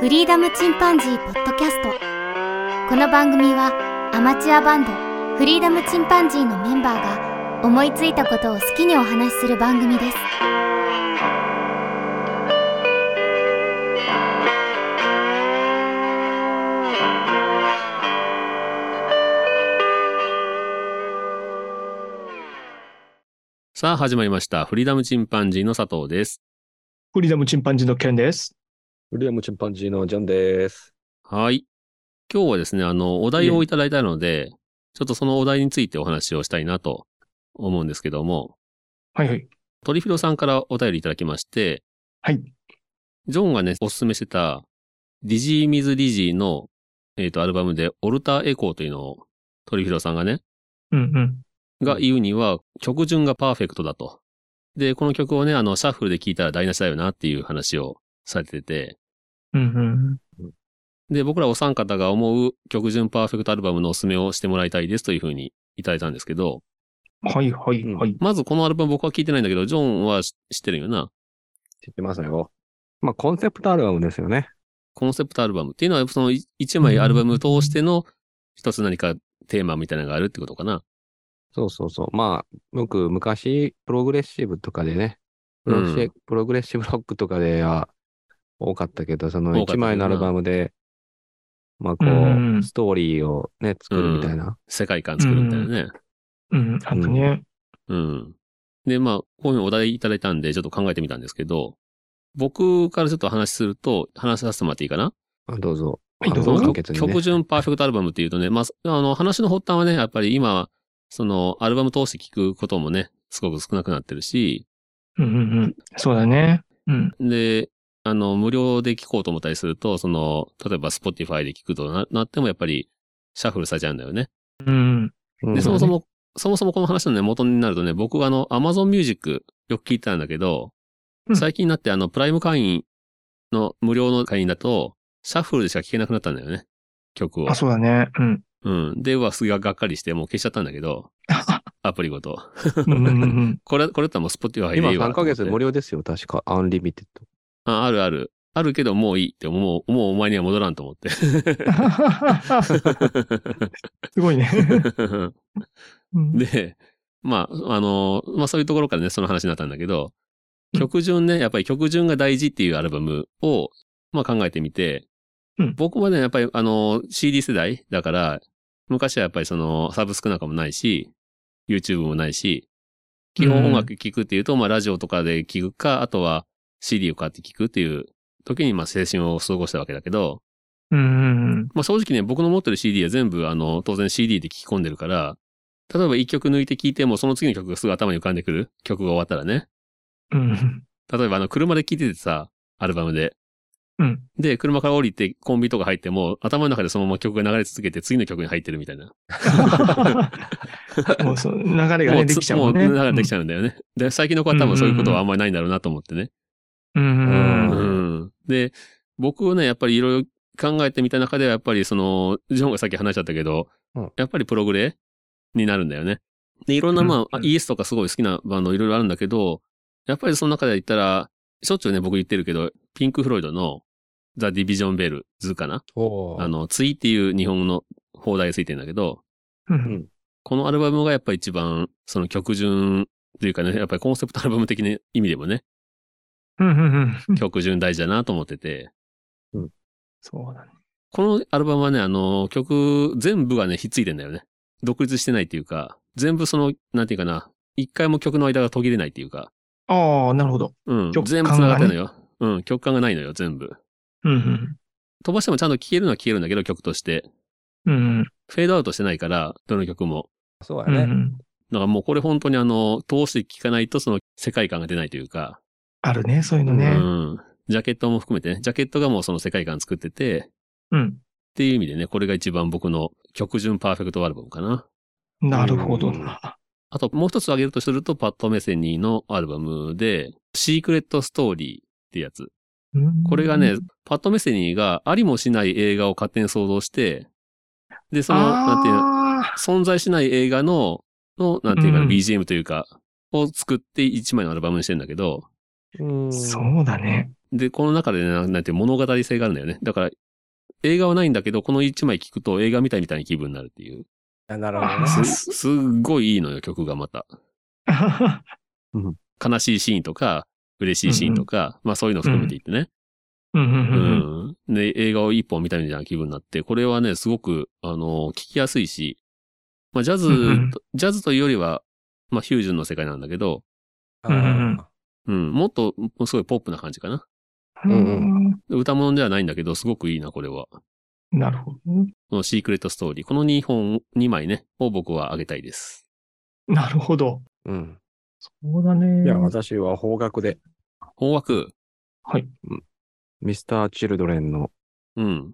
フリーダムチンパンジーポッドキャストこの番組はアマチュアバンドフリーダムチンパンジーのメンバーが思いついたことを好きにお話しする番組ですさあ始まりました。フリーダムチンパンジーの佐藤です。フリーダムチンパンジーのケンです。ウリアムチンパンジーのジョンです。はい。今日はですね、あの、お題をいただいたので、ちょっとそのお題についてお話をしたいなと思うんですけども、はいはい。トリフィロさんからお便りいただきまして、はい。ジョンがね、おすすめしてた、ディジー・ミズ・ディジーの、えっ、と、アルバムで、オルター・エコーというのを、トリフィロさんがね、うんうん。が言うには、曲順がパーフェクトだと。で、この曲をね、あの、シャッフルで聴いたら台無しだよなっていう話をされてて、うんで、僕らお三方が思う曲順パーフェクトアルバムのおすすめをしてもらいたいですというふうにいただいたんですけど、うん。はいはいはい。まずこのアルバム僕は聞いてないんだけど、ジョンは知知ってるよな。知ってますよ。まあ、コンセプトアルバムですよね。コンセプトアルバムっていうのは、そのい一枚アルバムを通しての一つ何かテーマみたいなのがあるってことかな。そうそうそう。まあ、僕、昔、プログレッシブとかでね、プログレッシうんプログレッシブロックとかでは多かったけど、その多かった1枚のアルバムで、まあ、こうんうんう、ストーリーをね、作るみたいな。世界観作るみたいなね。うん。あとね。うん。で、まあ、こういうのお題いただいたんで、ちょっと考えてみたんですけど、僕からちょっと話すると、話させてもらっていいかなあどうぞ。はいあどうのぞ簡曲潔にね曲順パーフェクトアルバムっていうとね、まあ、 あの、話の発端はね、やっぱり今、その、アルバム通して聞くこともね、すごく少なくなってるし、うんうんうん。そうだね。うん。で、あの、無料で聞こうと思ったりすると、その、例えば Spotify で聞くとななっても、やっぱり、シャッフルされちゃうんだよね。うん。うんで、そそうもだねそも、そもそもこの話のね、元になるとね、僕はあの、Amazon Music よく聞いてたんだけどう、ん最近になってあの、プライム会員の無料の会員だと、シャッフルでしか聞けなくなったんだよね。曲をあ、。そうだね。うん。うん。で、うわ、すががっかりして、もう消しちゃったんだけど、アプリごと。 うんうん うん。これ、これだったらもう Spotify でいい今わ。 3ヶ月無料。料ですよ、確か。アンリミテッド。あ、あるある。あるけど、もういいって、もう、もうお前には戻らんと思って。 すごいね。うんで、まあ、あの、まあそういうところからね、その話になったんだけど、曲順ね、やっぱり曲順が大事っていうアルバムを、まあ考えてみて、うん僕はね、やっぱりあの、CD 世代だから、昔はやっぱりその、サブスクなんかもないし、YouTube もないし、基本音楽聴くっていうと、まあラジオとかで聴くか、あとは CD を買って聴くっていう時に、まあ青春を過ごしたわけだけど、うんうんまあ正直ね、僕の持ってる CD は全部、あの、当然 CD で聴き込んでるから、例えば一曲抜いて聴いても、その次の曲がすぐ頭に浮かんでくる曲が終わったらね。うん。例えばあの、車で聴いててさ、アルバムで。うん。で、車から降りてコンビニとか入っても、頭の中でそのまま曲が流れ続けて次の曲に入ってるみたいな。 もうそう、流れがもね、うでつきちゃうもんね。もう流れてきちゃうんだよね。で、最近の子は多分そういうことはあんまりないんだろうなと思ってね。うんううんうん。ん。で、僕はね、やっぱりいろいろ考えてみた中では、やっぱりその、ジョンがさっき話しちゃったけど、うんやっぱりプログレになるんだよね。で、いろんな、まあ、うんイエスとかすごい好きなバンドいろいろあるんだけど、やっぱりその中で言ったら、しょっちゅうね、僕言ってるけど、ピンク・フロイドのザ・ディビジョン・ベルズかなおーあの、ツイっていう日本語の放題がついてんだけど、うんこのアルバムがやっぱ一番、その曲順というかね、やっぱりコンセプトアルバム的な意味でもね、うんうんうん。曲順大事だなと思ってて、そうだね。このアルバムはね、あの、曲全部がね、ひっついてんだよね。独立してないっていうか、全部その、なんていうかな、一回も曲の間が途切れないっていうか、ああ、なるほど。うん、曲全部繋がってんのよ。うん、曲感がないのよ、全部。うん飛ばしてもちゃんと聴けるのは聴けるんだけど、曲として。うん。うんフェードアウトしてないから、どの曲も。そううん。うやんうね。んだからもうこれ本当にあの、通して聴かないとその世界観が出ないというか、あるね、そういうのねう。ん。ジャケットも含めてね、ジャケットがもうその世界観作ってて、うん。っていう意味でね、これが一番僕の曲順パーフェクトアルバムかな。なるほどな。あともう一つ挙げるとすると、パッド・メセニーのアルバムで、シークレット・ストーリーってやつ。うんこれがね、、パッド・メセニーがありもしない映画を勝手に想像して、で、その、なんていうの、あ存在しない映画の、の、なんていうかな、うん BGM というか、を作って一枚のアルバムにしてんだけど、うんーそうだね。 で、この中でね、ななんていう物語性があるんだよね。だから、映画はないんだけど、この一枚聞くと映画みたいみたいな気分になるっていう。あなるほどね。あす、すっごいいいのよ、曲がまた。悲しいシーンとか、嬉しいシーンとか、まあそういうの含めていってね。うんううんうんうん。ん。で、映画を一本見たみたいな気分になって、これはね、すごく、あの、聞きやすいし、まあジャズと、うんうんジャズというよりは、まあフュージョンの世界なんだけど、あーうん、もっと、すごいポップな感じかな。うんん歌物ではないんだけど、すごくいいな、これは。なるほどね。このシークレットストーリー。この2本、2枚ね、を僕はあげたいです。なるほど。うん。そうだね。いや、私は方角で。方枠。ミスター・チルドレンのうん。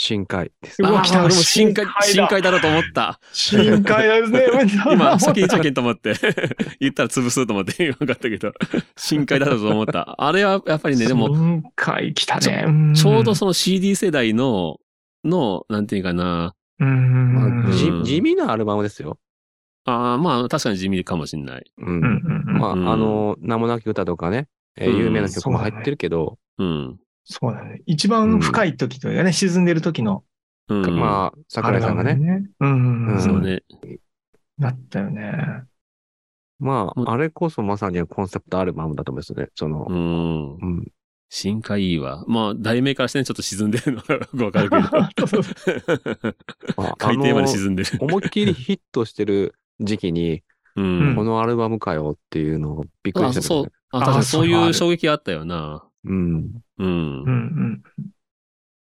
深海ですう。あわー来た俺も深海、深深海海だろうと思った。深 海ですね。今、先にチャケンと思って、 言ったら潰すと思って、今分かったけど、深海だろうと思った。あれは、やっぱりね、でも、深海来たちょね。んちょうどその CD 世代の、の、なんていうかな。うん。まうんあ、じうん地味なアルバムですよ。ああ、まあ、確かに地味かもしんない。ううんん。うんうんまあ、あうんの、名もなき歌とかね、えーうん有名な曲も入ってるけど、うん。そうだね。一番深い時というかね、沈んでる時の。うん。あ、まあ、桜井さんがね、。うんうんうん。そうね。だったよね。まもうあ、あれこそまさにコンセプトアルバムだと思うんですよね。そのう、ん。うん。深海いいわ。まあ、題名からしてね、ちょっと沈んでるのがよくわ かるけ ど。まあ海底まであの沈んでる。思いっきりヒットしてる時期に、ううんこ。のアルバムかよっていうのをびっくりあしたそうね。。あ、確かにあそうそれはあいうる衝撃あったよな。うん。うんうん。うん。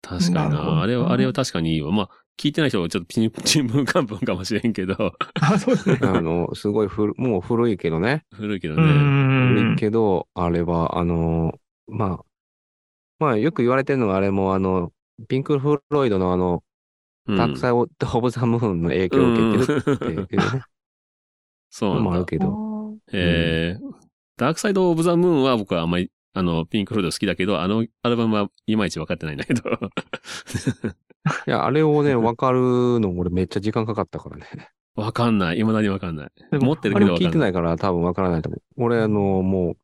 確かになるほどな。あれは、あれは確かにいいわ。まあ、聞いてない人はちょっとピン、 チンプンカンプンかもしれんけど、あ、そうですね。あの、すごい古、もう古いけどね。古いけどうね。古んい。けど、あれは、あの、まあ、まあ、よく言われてるのが、あれも、あの、ピンク・フロイドのあの、うんダークサイド・オブ・ザ・ムーンの影響を受けてるっていうね、 そうのもあなんだ。るけど。えー、ダークサイド・オブ・ザ・ムーンは僕はあんまり、あの、ピンク・フロイド好きだけど、あのアルバムはいまいち分かってないんだけど。 いや、あれをね、わかるの、俺めっちゃ時間かかったからね。わかんない。未だにわかんない。でも持ってるあけれどわ聞かいてんない。ないから多分わからないと思う。俺、あの、もう、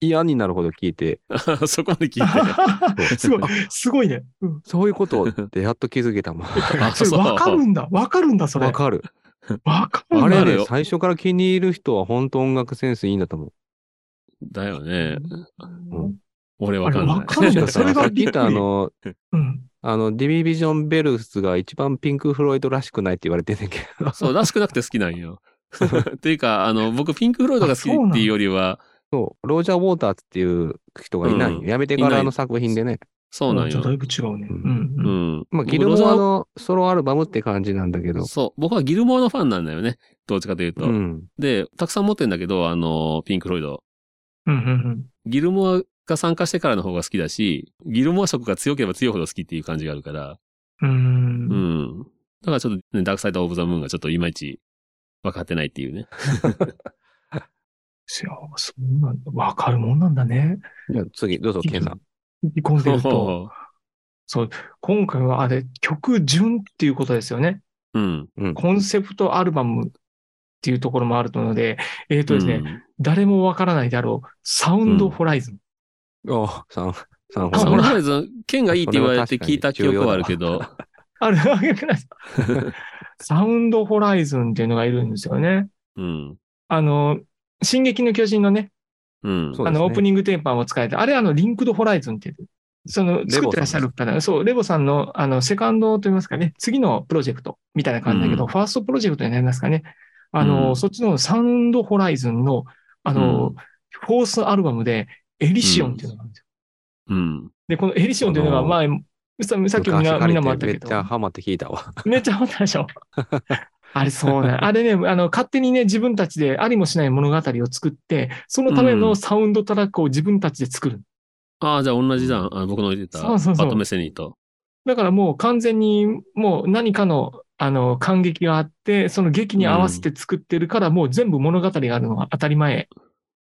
嫌になるほど聞いて、 そこまで聞いて。 すごい、すごいね。うんそういうことってやっと気づけたもん。あそれわかるんだ。わかるんだ、それ。わわかかる。るんだ。あわれかるよね、最初から気に入る人は本当音楽センスいいんだと思う。だよね。うん俺わかんない。あれわかるんだ それさがっきび言っっくたあり。の、うんあの、ディビビジョン・ベルスが一番ピンク・フロイドらしくないって言われてんねんけ ど。そう、らしくなくて好きなんよ。 っていうか、あの、僕、ピンク・フロイドが好きっていうよりは、 そう、ロージャー・ウォーターズっていう人がいないよ。うんやめてからの作品でね。そうなんちょっとよ。だいぶ違うね。ううんうんん。まあ、ギル僕モロザアのソロアルバムって感じなんだけど。そう、僕はギルモアのファンなんだよね。どっちかというと。うん。で、たくさん持ってんだけど、あの、ピンク・フロイド。うんうんギルモアが参加してからの方が好きだし、ギルモア色が強ければ強いほど好きっていう感じがあるから、うんうんう。ん。だからちょっと、ね、ダークサイド・オブ・ザ・ムーンがちょっといまいち分かってないっていうね。いやそうなんだ。わかるもんなんだね。じゃあ次、どうぞ、ケンさん。聞き込んでると。う今回はあれ、曲順っていうことですよね。 ん。コンセプトアルバムっていうところもあるので、えっ、とですね、うん。誰もわからないであろう、サウンドホライズン。おうさん、さん、あサほウンドら。ホライズン、剣がいいって言われて聞いた記憶はあるけど、あるわけないです。サウンドホライズンっていうのがいるんですよね。うん。あの、進撃の巨人のね、うん。そうあですねの、オープニングテーマを使えて、あれ、あの、リンクドホライズンっていう、その、作ってらっしゃる方、そう、レボさんの、あの、セカンドといいますかね、次のプロジェクトみたいな感じだけど、うんファーストプロジェクトになりますかね。あの、うんそっちのサウンドホライズンの、あの、うんフォースアルバムで、エリシオンっていうのがあるんですよ。うん。で、このエリシオンっていうのあが、の前、ささっきみんな、みんなもあったけめどっち、ゃハマって聞いたわ。めっちゃハマったでしょ。あれそう だ。あれね、あの、勝手にね、自分たちでありもしない物語を作って、そのためうのんサウンドトラックを自分たちで作る。ああ、じゃあ同じじゃん。あの僕の言ってた。そうそうそうバトメセニーと。だからもう完全にもう何かのあの感激があって、その劇に合わせて作ってるから、もう全部物語があるのが当たり前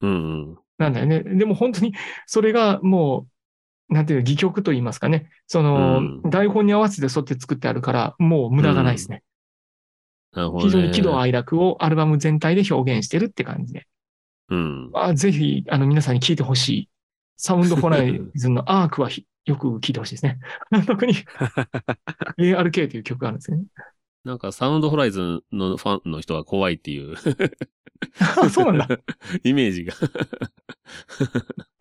うんなんだよね。でも本当にそれがもう、なんていうの、戯曲と言いますかね。その、うん台本に合わせてそうやって作ってあるから、もう無駄がないですね。なるほど、ね。非常に喜怒哀楽をアルバム全体で表現してるって感じで。うん。まあ、ぜひ、あの、皆さんに聞いてほしいサウンドホライズンのアークはひよく聴いてほしいですね。 特に ARK という曲があるんですよね。なんかサウンドホライズンのファンの人は怖いっていうあ そうなんだ。 イメージが。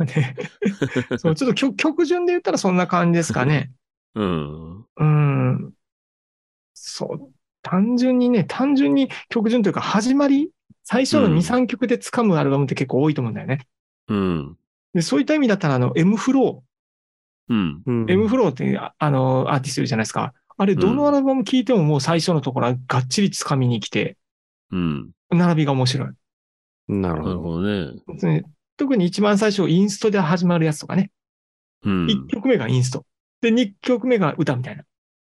ね そうちょっと曲曲順で言ったらそんな感じですか ね。うん。うん。そう。単純にね、単純に曲順というか始まり、最初のうん2、3曲で掴むアルバムって結構多いと思うんだよね。うん。でそういった意味だったら、あの、M フロうん。うんー、M フローってああの、アーティストいるじゃないですか。あれ、どのアルバム聴いてももう最初のところはがっちり掴みに来て、うん。並びが面白い。ななるほるど。ほどね。ですね特に一番最初、インストで始まるやつとかね。うん。 1曲目がインスト。で、2曲目が歌みたいな。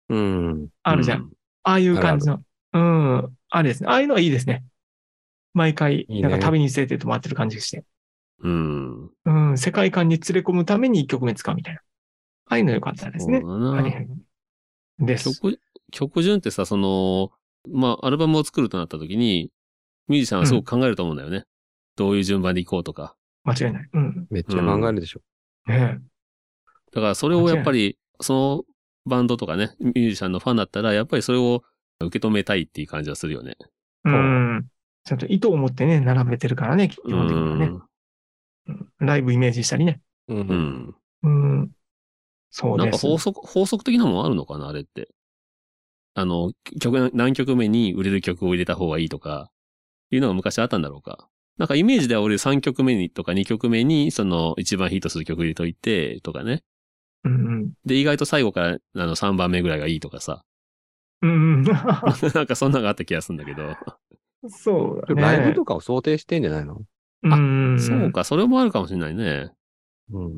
うん。あるじゃうん。ん。ああいう感じの。うん。あれですね。ああいうのはいいですね。毎回、いいねなんか旅に連れてってもらってる感じがして。うん。うん。世界観に連れ込むために1曲目使うみたいな。ああいうの良かったですね。そうだなはいはい。です。曲、曲順ってさ、その、まあ、アルバムを作るとなった時に、ミュージシャンはすごく考えると思うんだよね。どういう順番でいこうとか。間違いない。うん。めっちゃ考えるでしょ。ねだからそれをやっぱり、そのバンドとかね、ミュージシャンのファンだったら、やっぱりそれを受け止めたいっていう感じはするよね。えそうう。んちゃんと意図を持ってね、並べてるからね、基う本的にはね。ん。うんライブイメージしたりね。うんう。ん。うん。そうなんでかす。法則、法則的なもんあるのかな、あれって。あの、曲、何曲目に売れる曲を入れた方がいいとか、いうのが昔あったんだろうか。なんかイメージでは俺3曲目にとか2曲目に、その一番ヒットする曲入れといて、とかね。うんで、意外と最後から、あの、3番目ぐらいがいいとかさ。 うん。うん なんかそんなのがあった気がするんだけど。うん。そうだね。ライブとかを想定してんじゃないのうん。そう。か、それもあるかもしれないね。うん。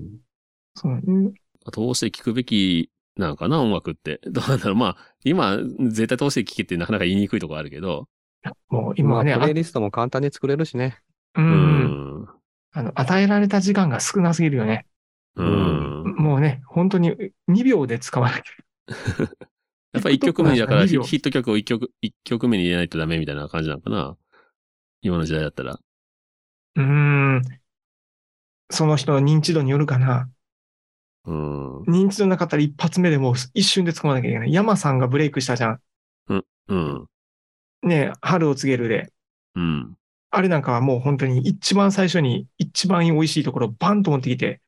そううん通して聞くべきなのかな、音楽って。どうなんだろう。まあ、今、絶対通して聞けってなかなか言いにくいとこあるけど。もう今今はね、ね、あプレイリストも簡単に作れるしね。うう。んん。あの、与えられた時間が少なすぎるよね。うん。もうね、本当に2秒で使わなきゃ。やっぱり1曲目だから、 TikTok ヒのヒット曲を1曲、一曲目に入れないとダメみたいな感じなのかな。今の時代だったら。うーん。その人の認知度によるかな。うん。う認知度なかったら一発目でもう一瞬で使わなきゃいけない。山さんがブレイクしたじゃん。ん。ねえ春を告げるで。うん。あれなんかはもう本当に一番最初に一番美味しいところをバンと持ってきて、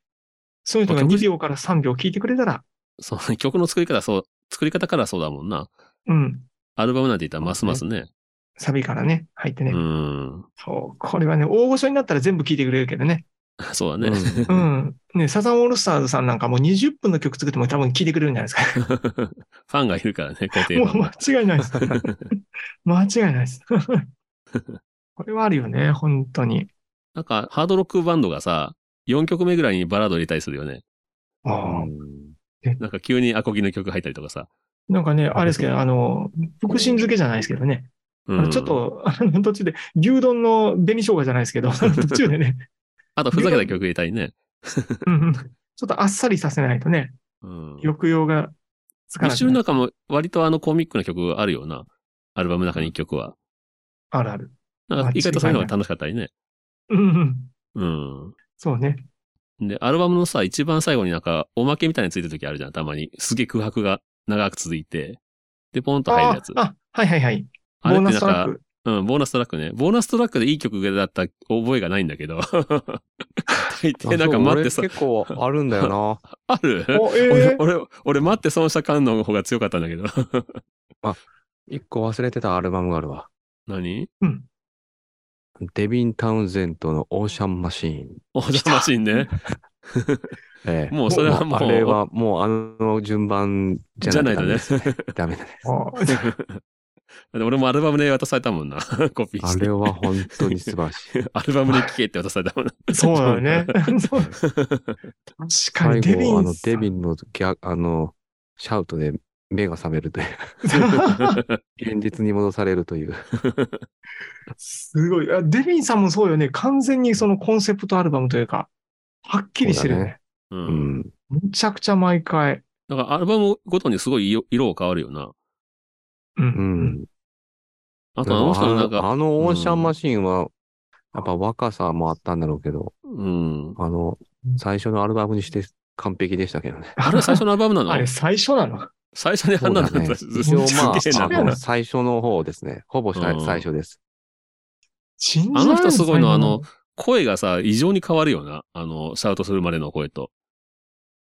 その人が2秒から3秒聞いてくれたら、そう、曲の作り方、そう、作り方からそうだもんな。うん、アルバムなんて言ったらますますね。サビからね、入ってね。うん。 そう、これはね、大御所になったら全部聞いてくれるけどね。そうだね。 うん。ね、サザンオールスターズさんなんかもう20分の曲作っても多分聞いてくれるんじゃないですか。ファンがいるからね、固定もファうンが。間違いない です。間違いない です。これはあるよね、本当に。なんか、ハードロックバンドがさ、4曲目ぐらいにバラード入れたりするよね。ああなんか急にアコギの曲入ったりとかさ。なんかね、あれですけど、あの、福神漬けじゃないですけどね。あうのん、ちょっ。と、 あの途中で、牛丼の紅生姜じゃないですけ ど、途中でね、あと、ふざけた曲入れたりね。うんうんちょっとあっさりさせないとね、うん。抑揚がつかな一く周のなる。中も割とあのコミックな曲あるような。アルバムの中に一曲は。あるある。なんか意外とそういうのが楽しかったりね。うんうん。うん。そうね。で、アルバムのさ、一番最後になんか、おまけみたいについてる時あるじゃん、たまに。すげえ空白が長く続いて。で、ポンと入るやつ。ああ、はいはいはい。ボあれーってなんナストラッか、ク。うん、ボーナストラックね。ボーナストラックでいい曲だった覚えがないんだけど。大あ抵なんか待ってそさう俺、結構あるんだよあるお、え俺え、俺、俺待って損した感の方が強かったんだけど。な。一個忘れてたアルバムがあるわ。何デビン・タウンゼントのオーシャン・マシーン。お邪魔シーン ね。ええもうそれはもう、あれはもうあの順番じじゃゃなないいととねね。。 ダメ だね。あ俺もアルバムで渡されたもんな。コピーあしてれ。は本当に素晴ら しい。アルバムで聴けって渡された もんな。そうだ よね。 そう確か最に、デビ後、あンの、さんデビンのギャ、あの、シャウトで目が覚めるという、現実に戻されるという。 すごい。あデビンさんもそうよね。完全にそのコンセプトアルバムというか、はっきりしてるよね。う。うんん。むちゃくちゃ毎回。だからアルバムごとにすごい色色変わるよな。うん。うん。あとあの人のなんでもあのか、あのオーシャンマシーンは、やっぱ若さもあったんだろうけど、うん。あの、最初のアルバムにして完璧でしたけどね。あれ最初のアルバムなの あれ最初なの最 初にあんなのそうだねす一応ますげえなあ、これあの最初の方ですね。ほぼさいうん最初です。信じらあれなの人すごいの、あの最後、声がさ、異常に変わるよな。あの、シャウトするまでの声と。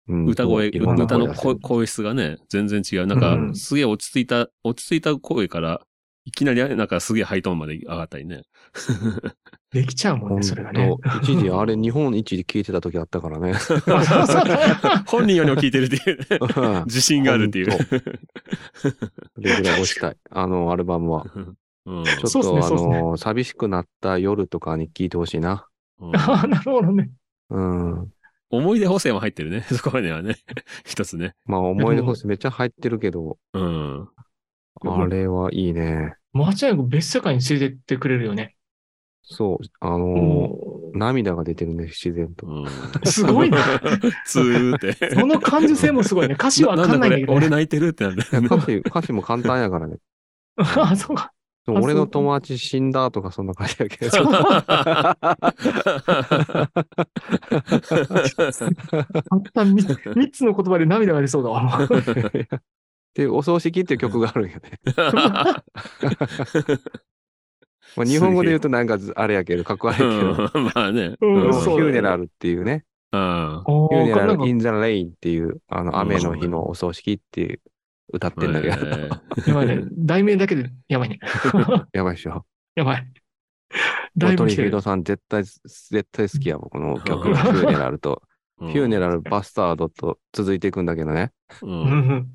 うん歌声、いろんな歌の出して声る声質がね、全然違う。なんうか、んすげえ落ち着いた、落ち着いた声から、いきなり、なんかすげえハイトーンまで上がったりね。できちゃうもん本ね、それがね。当一時、あれ、日本一時聞いてた時あったからね。そうそうそう本人よりも聞いてるって いう、ね、自信があるっていう。それぐらい押したい。あの、アルバムは。 うんちょっそうっすねと、あそうっすねの、寂しくなった夜とかに聞いてほしいな。うんああ、なるほどね。うん。思い出補正も入ってるね。 そこにはね。一つね。まあ、思い出補正めっちゃ入ってるけど、うん。あれはいいね。間違いなく別世界に連れてってくれるよね。そう、あの、も涙が出てるね、自然と。うんうす ごいな。つーって。その感受性もすごいね。歌詞わかんないんだなけどんだこれ俺ね。泣いてるってなる。いや歌詞、歌詞も簡単やからね。 ああ、そうか。そうあ俺そのう友達死んだとかそんな感じやけど。たった三つ三つの言葉で涙が出そうだわ。 で、お葬式っていう曲があるんよ ね。まあ、日本語で言うとなんかずあれやけど、かっこ悪いけど。うんまあね。うんうんんフそうューネラルっていうね。うんおフューネーこれなラルんか in the rain っていう、あの、雨のう日んのお葬式っていう歌ってんだけど、えーやばいね。題名だけでやばいね。 やばいっしょ。やばい。だいぶト来リてフィーる。ドさん絶対、絶対好きやもん、この 曲。うんフューネラルと、うんフューネラルバスタードと続いていくんだけどね。ううんん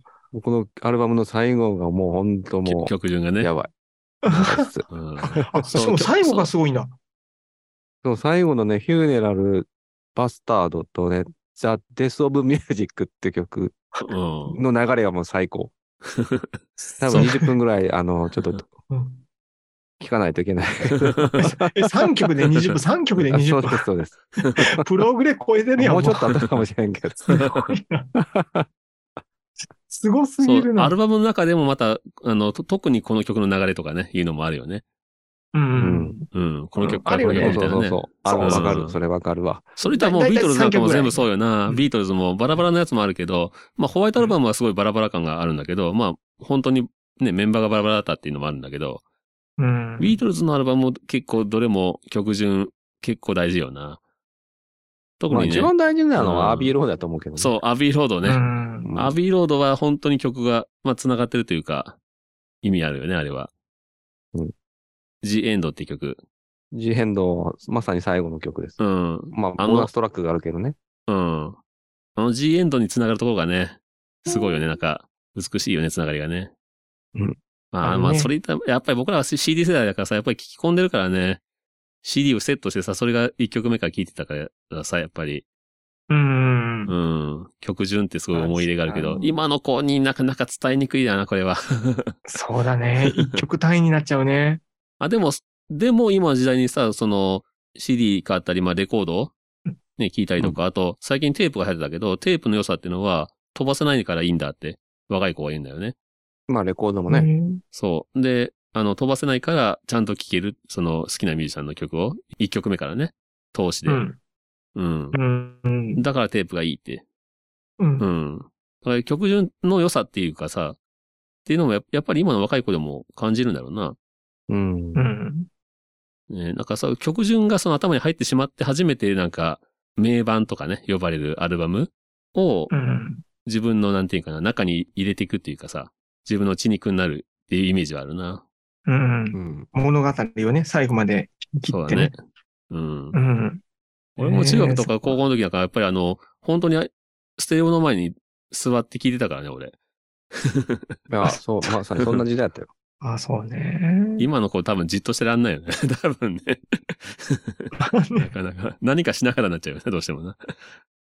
このアルバムの最後がもうほんとも曲順がう、ね。 やばい。ナイスうんあ、しかも最後がすごいんだ。そう、最後のね、フューネラル、バスタードとね、ザ・デス・オブ・ミュージックって曲 うんの流れがもう最高。多そう分20分ぐらい、あの、ちょっとうん聞かないといけない。え、3曲で20分、3曲であ20そうです、そうです。分。プログレ超えてるやん。もうちょっとあったかもしれ んけど。すごすそぎるう、アな。ルバムの中でもまた、あの、と特にこの曲の流れとかね、いうのもあるよね。う。うんん。うん。この曲かあらるこよのね曲そうみたいなそうそうね。そう。あ、そそううわそうかる。それわかるわ。それとはもうだいビーだいトルズなんかも全部そうような。んビートルズもバラバラのやつもあるけど、まあホワイトアルバムはすごいバラバラ感があるんだけど、まあ本当にね、メンバーがバラバラだったっていうのもあるんだけど、うん。ビートルズのアルバムも結構どれも曲順結構大事よな。特まあに一ね、番大事なのうんはアービーロードだと思うけどね。そう、アビーロードうね。んうん。アビーロードは本当に曲が、まあ繋がってるというか、意味あるよね、あれは。うん。ジエンドって曲。 G 変動、まさに最後の曲です。うん。まああ、のボーナストラックがあるけどね。うん。あの G エンドにつながるところがね、すごいよね。なんか、美しいよね、つながりがね。うん。まあ、あのねまあ、それ言ったら、やっぱり僕らは CD 世代だからさ、やっぱり聞き込んでるからね、CD をセットしてさ、それが1曲目から聴いてたからさ、やっぱり、うんう。ん、曲順ってすごい思い入れがあるけあどの、今の子になかなか伝えにくいだな、これは。そうだね。一曲単位になっちゃうね。あ、でも、でも今の時代にさ、その CD 買ったり、まあレコードうんね、聞いたりとか、あと最近テープが入ってたけど、テープの良さっていうのは飛ばせないからいいんだって若い子は言うんだよね。まあ、レコードもね。そう。で、あの、飛ばせないからちゃんと聴ける、その好きなミュージシャンの曲を、1曲目からね、通しうで。ん。うんう。ん。うん。だからテープがいいって。うんう。ん。だから曲順の良さっていうかさ、っていうのもややっぱり今の若い子でも感じるんだろうな。うんう。ん。ね、なんかそう、曲順がその頭に入ってしまって初めてなんか、名盤とかね、呼ばれるアルバムをうん。自分のなんていうかな、中に入れていくっていうかさ、自分の血肉になるっていうイメージはあるな。うんう。ん。物語をね、最後まで切そうっだてねね。。うん。うん。俺も中学とえかー高校の時なんかやっぱりあの、本当にステレオの前に座って聞いてたからね、俺。いや、そう、まさにそんな時代だったよ。あ、そうね。今の子多分じっとしてらんないよね。 多分ね。なかなか。何かしながらになっちゃうよね、どうしてもな。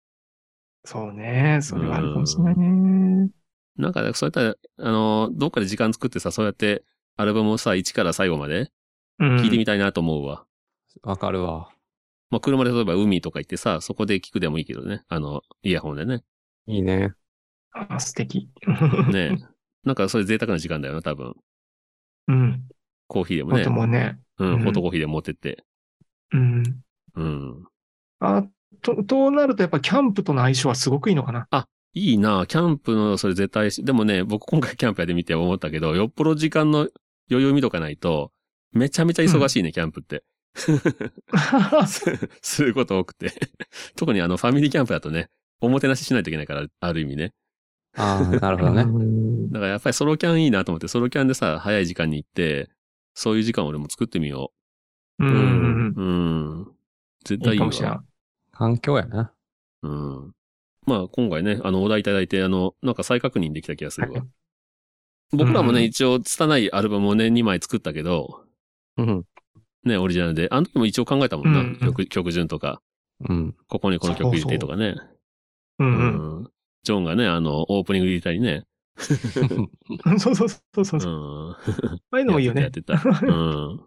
そうね。それはあるかもしれないね。なんか、そういったら、あの、どっかで時間作ってさ、そうやって、アルバムをさ、1から最後までうん。聞いてみたいなと思うわ。わかるわ。まあ、車で例えば海とか行ってさ、そこで聞くでもいいけどね。あの、イヤホンで ね。いいね。あ、素敵。 ねなんか、それ贅沢な時間だよな、多分。うん。コーヒーでもあねと。もね。う、うんんホットコーヒーでも持ってって。うん。うん。あと、となるとやっぱキャンプとの相性はすごくいいのかな。いいなキャンプの、それ絶対し、でもね、僕今回キャンプやってみて思ったけど、よっぽど時間の余裕見とかないと、めちゃめちゃ忙しいね、キャンプって。 すること多くて。 特にあの、ファミリーキャンプだとね、おもてなししないといけないから、ある意味ね。ああ、なるほどね。うんだからやっぱりソロキャンいいなと思って、ソロキャンでさ、早い時間に行って、そういう時間俺も作ってみようんうんう。うん。絶うん。い対いいいかわ。もしれない。環境やな。うん。まあ今回ね、あの、お題いただいて、あの、なんか再確認できた気がするわ。はい僕らもね、うん一応、拙いアルバムをね、2枚作ったけど、うん。ね、オリジナルで。あの時も一応考えたもんな。うん曲曲順とか、 うん。ここにこの曲入れてとかね。うんうんジョンがね、あの、オープニング入れたりね。。うん。 そうそうそうそうう。そうんああいうのもいいよやっね。てた。やってたうん。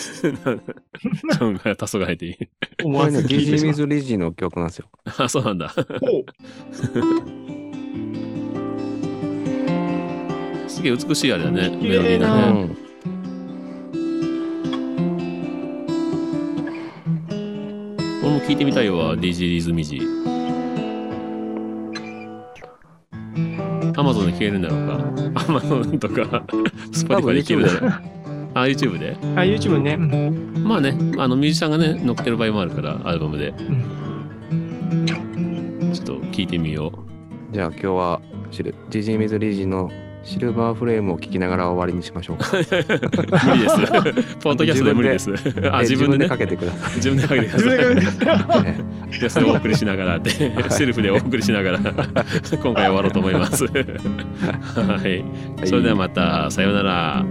ジョンが黄昏ていい。思こわれね、ず聞いギてジしまミうズリジの曲なんですよ。あ、そうなんだ。おうすげえ美しいあれだね。綺メロディー麗ながうね。ん。俺も聞いてみたいわ、DJ リズミジ。アマゾンで聴けるんだろうか。アマゾンとか、スパ多ティファ分で聴ける YouTube だだろう。あ、YouTube であ、YouTube ね。うんまあね、あのミュージシャンがね、乗ってる場合もあるから、アルバムで。ちょっと聞いてみよう。じゃあ今日はシルジジミズリジのシルバーフレームを聞きながら終わりにしましょうか。無 理です。ポッドキャストで無理です。 あ、え自分でね自分でかけてくださ自分でかけてくだ自さい。分で考えたい。じゃあそれをお送りしながらで、セルフでお送りしながら、今回終わろうと思います。はい。それではまた、さようなら。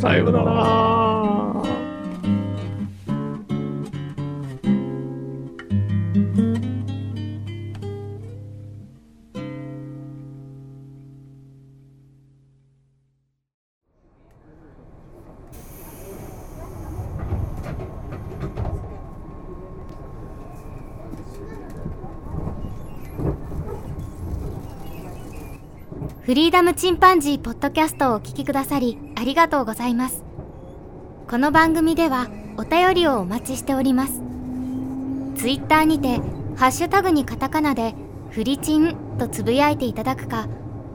さようなら。フリーダムチンパンジーポッドキャストをお聞きくださりありがとうございます。この番組ではお便りをお待ちしております。ツイッターにてハッシュタグにカタカナでフリチンとつぶやいていただくか、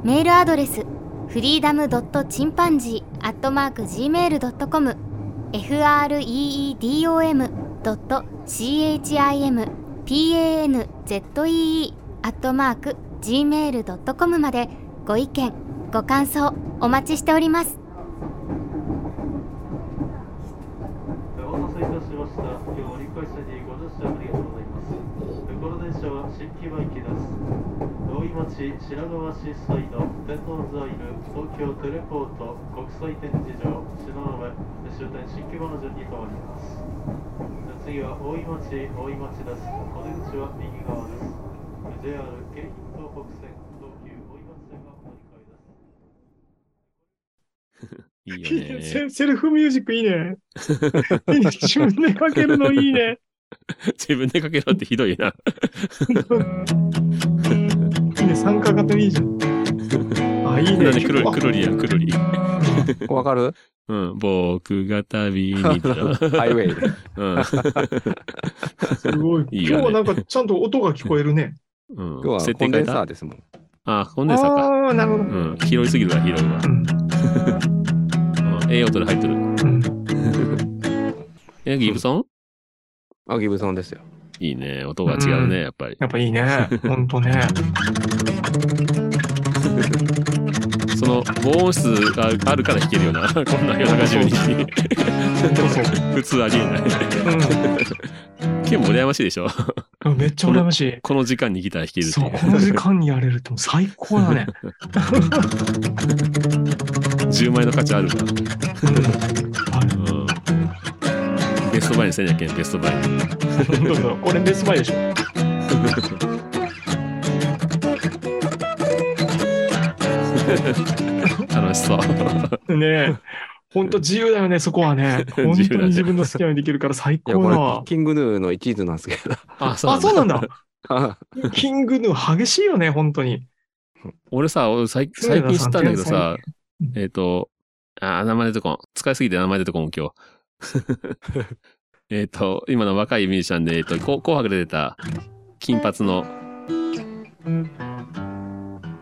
メールアドレスフリーダムドットチンパンジーアットマーク gmail ドットコム f r e e d o m ドット c h i m p a n z e e アットマーク gmail ドットコムまで。ご意見、ご感想、お待ちしております。お待たせいたしました。今日折り返しにご乗車ありがとうございます。この電車は新木場行きです。大井町白川市サイド、天王座イル、東京テレポート、国際展示場、篠上、終点新木場の順に変わります。次は大井町、大井町です。お出口は右側です。JR 京浜東北線、東急大井町線がお乗り換えです。いいよね。セセルフミュージックいいね。いいね自分でかけるのいいね。 自分でかけろってひどいな。いいね、参加型でいいじゃん。あ、いいね。なんでくるり、くるりや、くるり。わか るうん。僕が旅に出た。ハイウェイ。うん。すごい。いいよね今日はなんかちゃんと音が聞こえるね。うん、今日は設コ定ンデ変えンサたーですもん。あ、コンデあンサーか。あー、なるほど。うん。拾いすぎるわ、拾いは。うん うん。ええ音で入ってる。うんえ、ギブソンあ、ギブソンですよ。いいね。音が違ううね、やっぱり。やっぱいいね。ほんとね。その、防音室があるから弾けるよな。こ んな夜中中に。そうそう。普通ありえない。結構羨ましいでしょ。うん。めっちゃ羨ましこの時間にギター弾けい。るってそう、いこの時間にやれるってもう最高だね。う。10枚の価値あるわ。うん。ベストバイにせんやけん、ベストバイ。 うん。どうぞこれベストバイでしょ。楽しそう。ねえ。ほんと自由だよね、そこはね。由本だね当に自分の好きなようにできるから最いや、高だこわれ、。キングヌーの一途なんですけ ど。あ、そうなあ、んだそうなんだ。あキングヌー激しいよね、本当に。俺さ、俺最最近知ったんだけどさ天、才えっ、と、あー、名前出てこん。使いすぎて名前出てこん、今日。 えっ、と、今の若いミュージシャンで、えっ、と、こ紅白で出た、金髪の、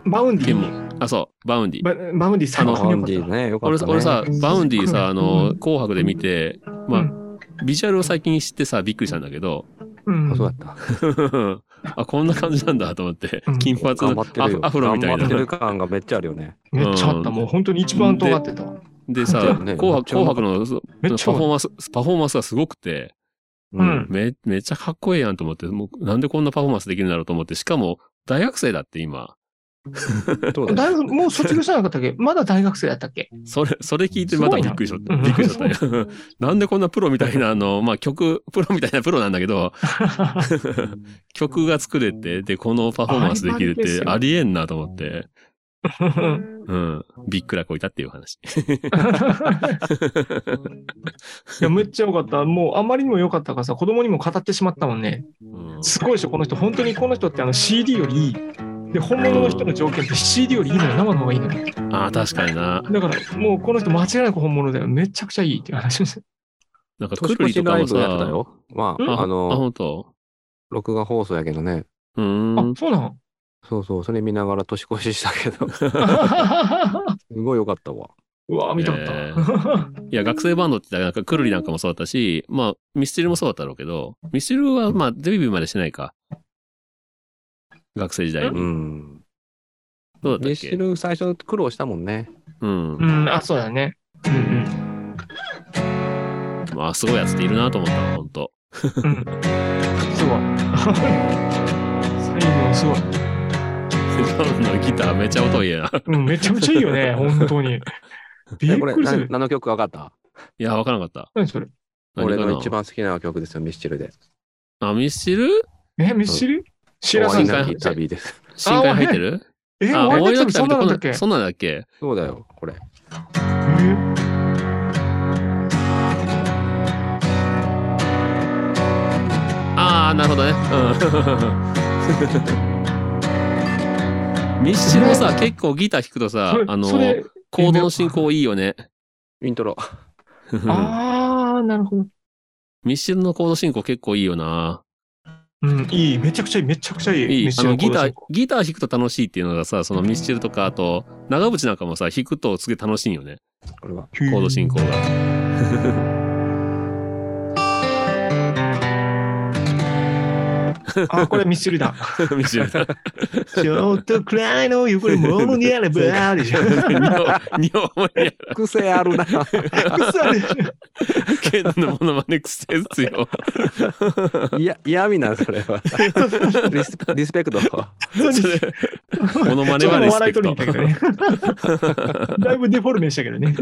バウンデケンィモあ、そう、バウンディ。ババウンディさんのあかっのこハよンデかっィた。ね、よかっ俺た、ね。俺さ、バウンディさ、あうのん、紅白で見て、まあ、うビジュアルを最近知ってさ、びっくりしたんだけど、 うんあそうだった。あ、こんな感じなんだと思ってうん、金髪頑張のってアるフよ。アフロみたい頑張ってなる。感がめっちゃあるよね。めっちゃあった。もう本当に一番尖ってた。でさ、ね紅白めっちゃう紅白まかのそめっのちゃパフォーマンス、パフォーマンスがすごくて、ううんん。め、めっちゃかっこええやんと思って、もうなんでこんなパフォーマンスできるんだろうと思って、しかも大学生だって今。そうだよ。大学、もう卒業してなかったっけまだ大学生だったっけそれ、それ聞いてまだすごいびなっくりしちゃっうた。んびっくりしちゃったよ。 なんでこんなプロみたいな、あ の、まあ、曲、プロみたいなプロなんだけど、曲が作れて、で、このパフォーマンスできるっあれはあれですてよありえんなと思 って、うん。びっくらこいたっていう話。いや、めっちゃ良かった。もうあまりにも良かったからさ、子供にも語ってしまったもんね。うんすごいでしょ、この人。本当にこの人ってあの CD よりいい。で、本物の人の条件って CD よりいいのよ。生の方がいいのよ。ああ、確かにな。だから、もうこの人間違いなく本物だよ。めちゃくちゃいいっていう話です。なんか、年くる越りしとラかイもブやってたさ、よ。まんあ、ああ、の、本当録画放送やけどね。うーあん。、そうなのそうそう、それ見ながら年越ししたけど、すごい良かったわ。うわ、見たかった。えーいや、学生バンドって言ったら、なんか、くるりなんかもそうだったし、まあ、ミスチルもそうだったろうけど、ミスチルは、まあ、デビューまでしてないか。学生時代うに。ん。どうだったミっスけチル最初苦労したもんね。うんう。ん、あ、そうだね。うんまあ、すごいやつっているなと思ったわ、ほんと。うん。うん、 すごい。最後すごい。ジョンのギターめちゃ音いいな。 うん、めちゃめちゃいいよね、本当に。びえ、っこれ、くりすなる。何の曲か分かったいや、わからなかった。何それ何俺かなの一番好きな曲ですよ、ミスチルで。あ、ミスチルえ、ミスチル知ら終なわいりんだな。き旅です。深海入ってるえ、あ、終わりいだっ旅たそっんてなこんのだなっけそんなんだっけそうだよ、これ。えああ、なるほどね。うん。 ミスチルもさ、結構ギター弾くとさそれ、あその、れ、コードの進行いいよね。イントロ。あー、なるほど。ミスチルのコード進行結構いいよな。うん、いい、めちゃくちゃいい、めちゃくちゃいい。いいミ。スあチルの、ギコードタ進ー行、ギター弾くと楽しいっていうのがさ、そのミスチルとか、あと、長渕なんかもさ、弾くとすげえ楽しいんよね。これは。コード進行が。あ、これミスチ ルだ。ミスチルだ。ちょっとくらいの横に物にあれば、でしょ。日本もや癖あるな。嘘でしけどのモノマネ癖ですよ。いや、嫌味な、それは。リスリスペクト。ょ。それモノマネちょっはとリス笑ペい取りに行ったけどねク。ト。 だいぶデフォルメしたけどね。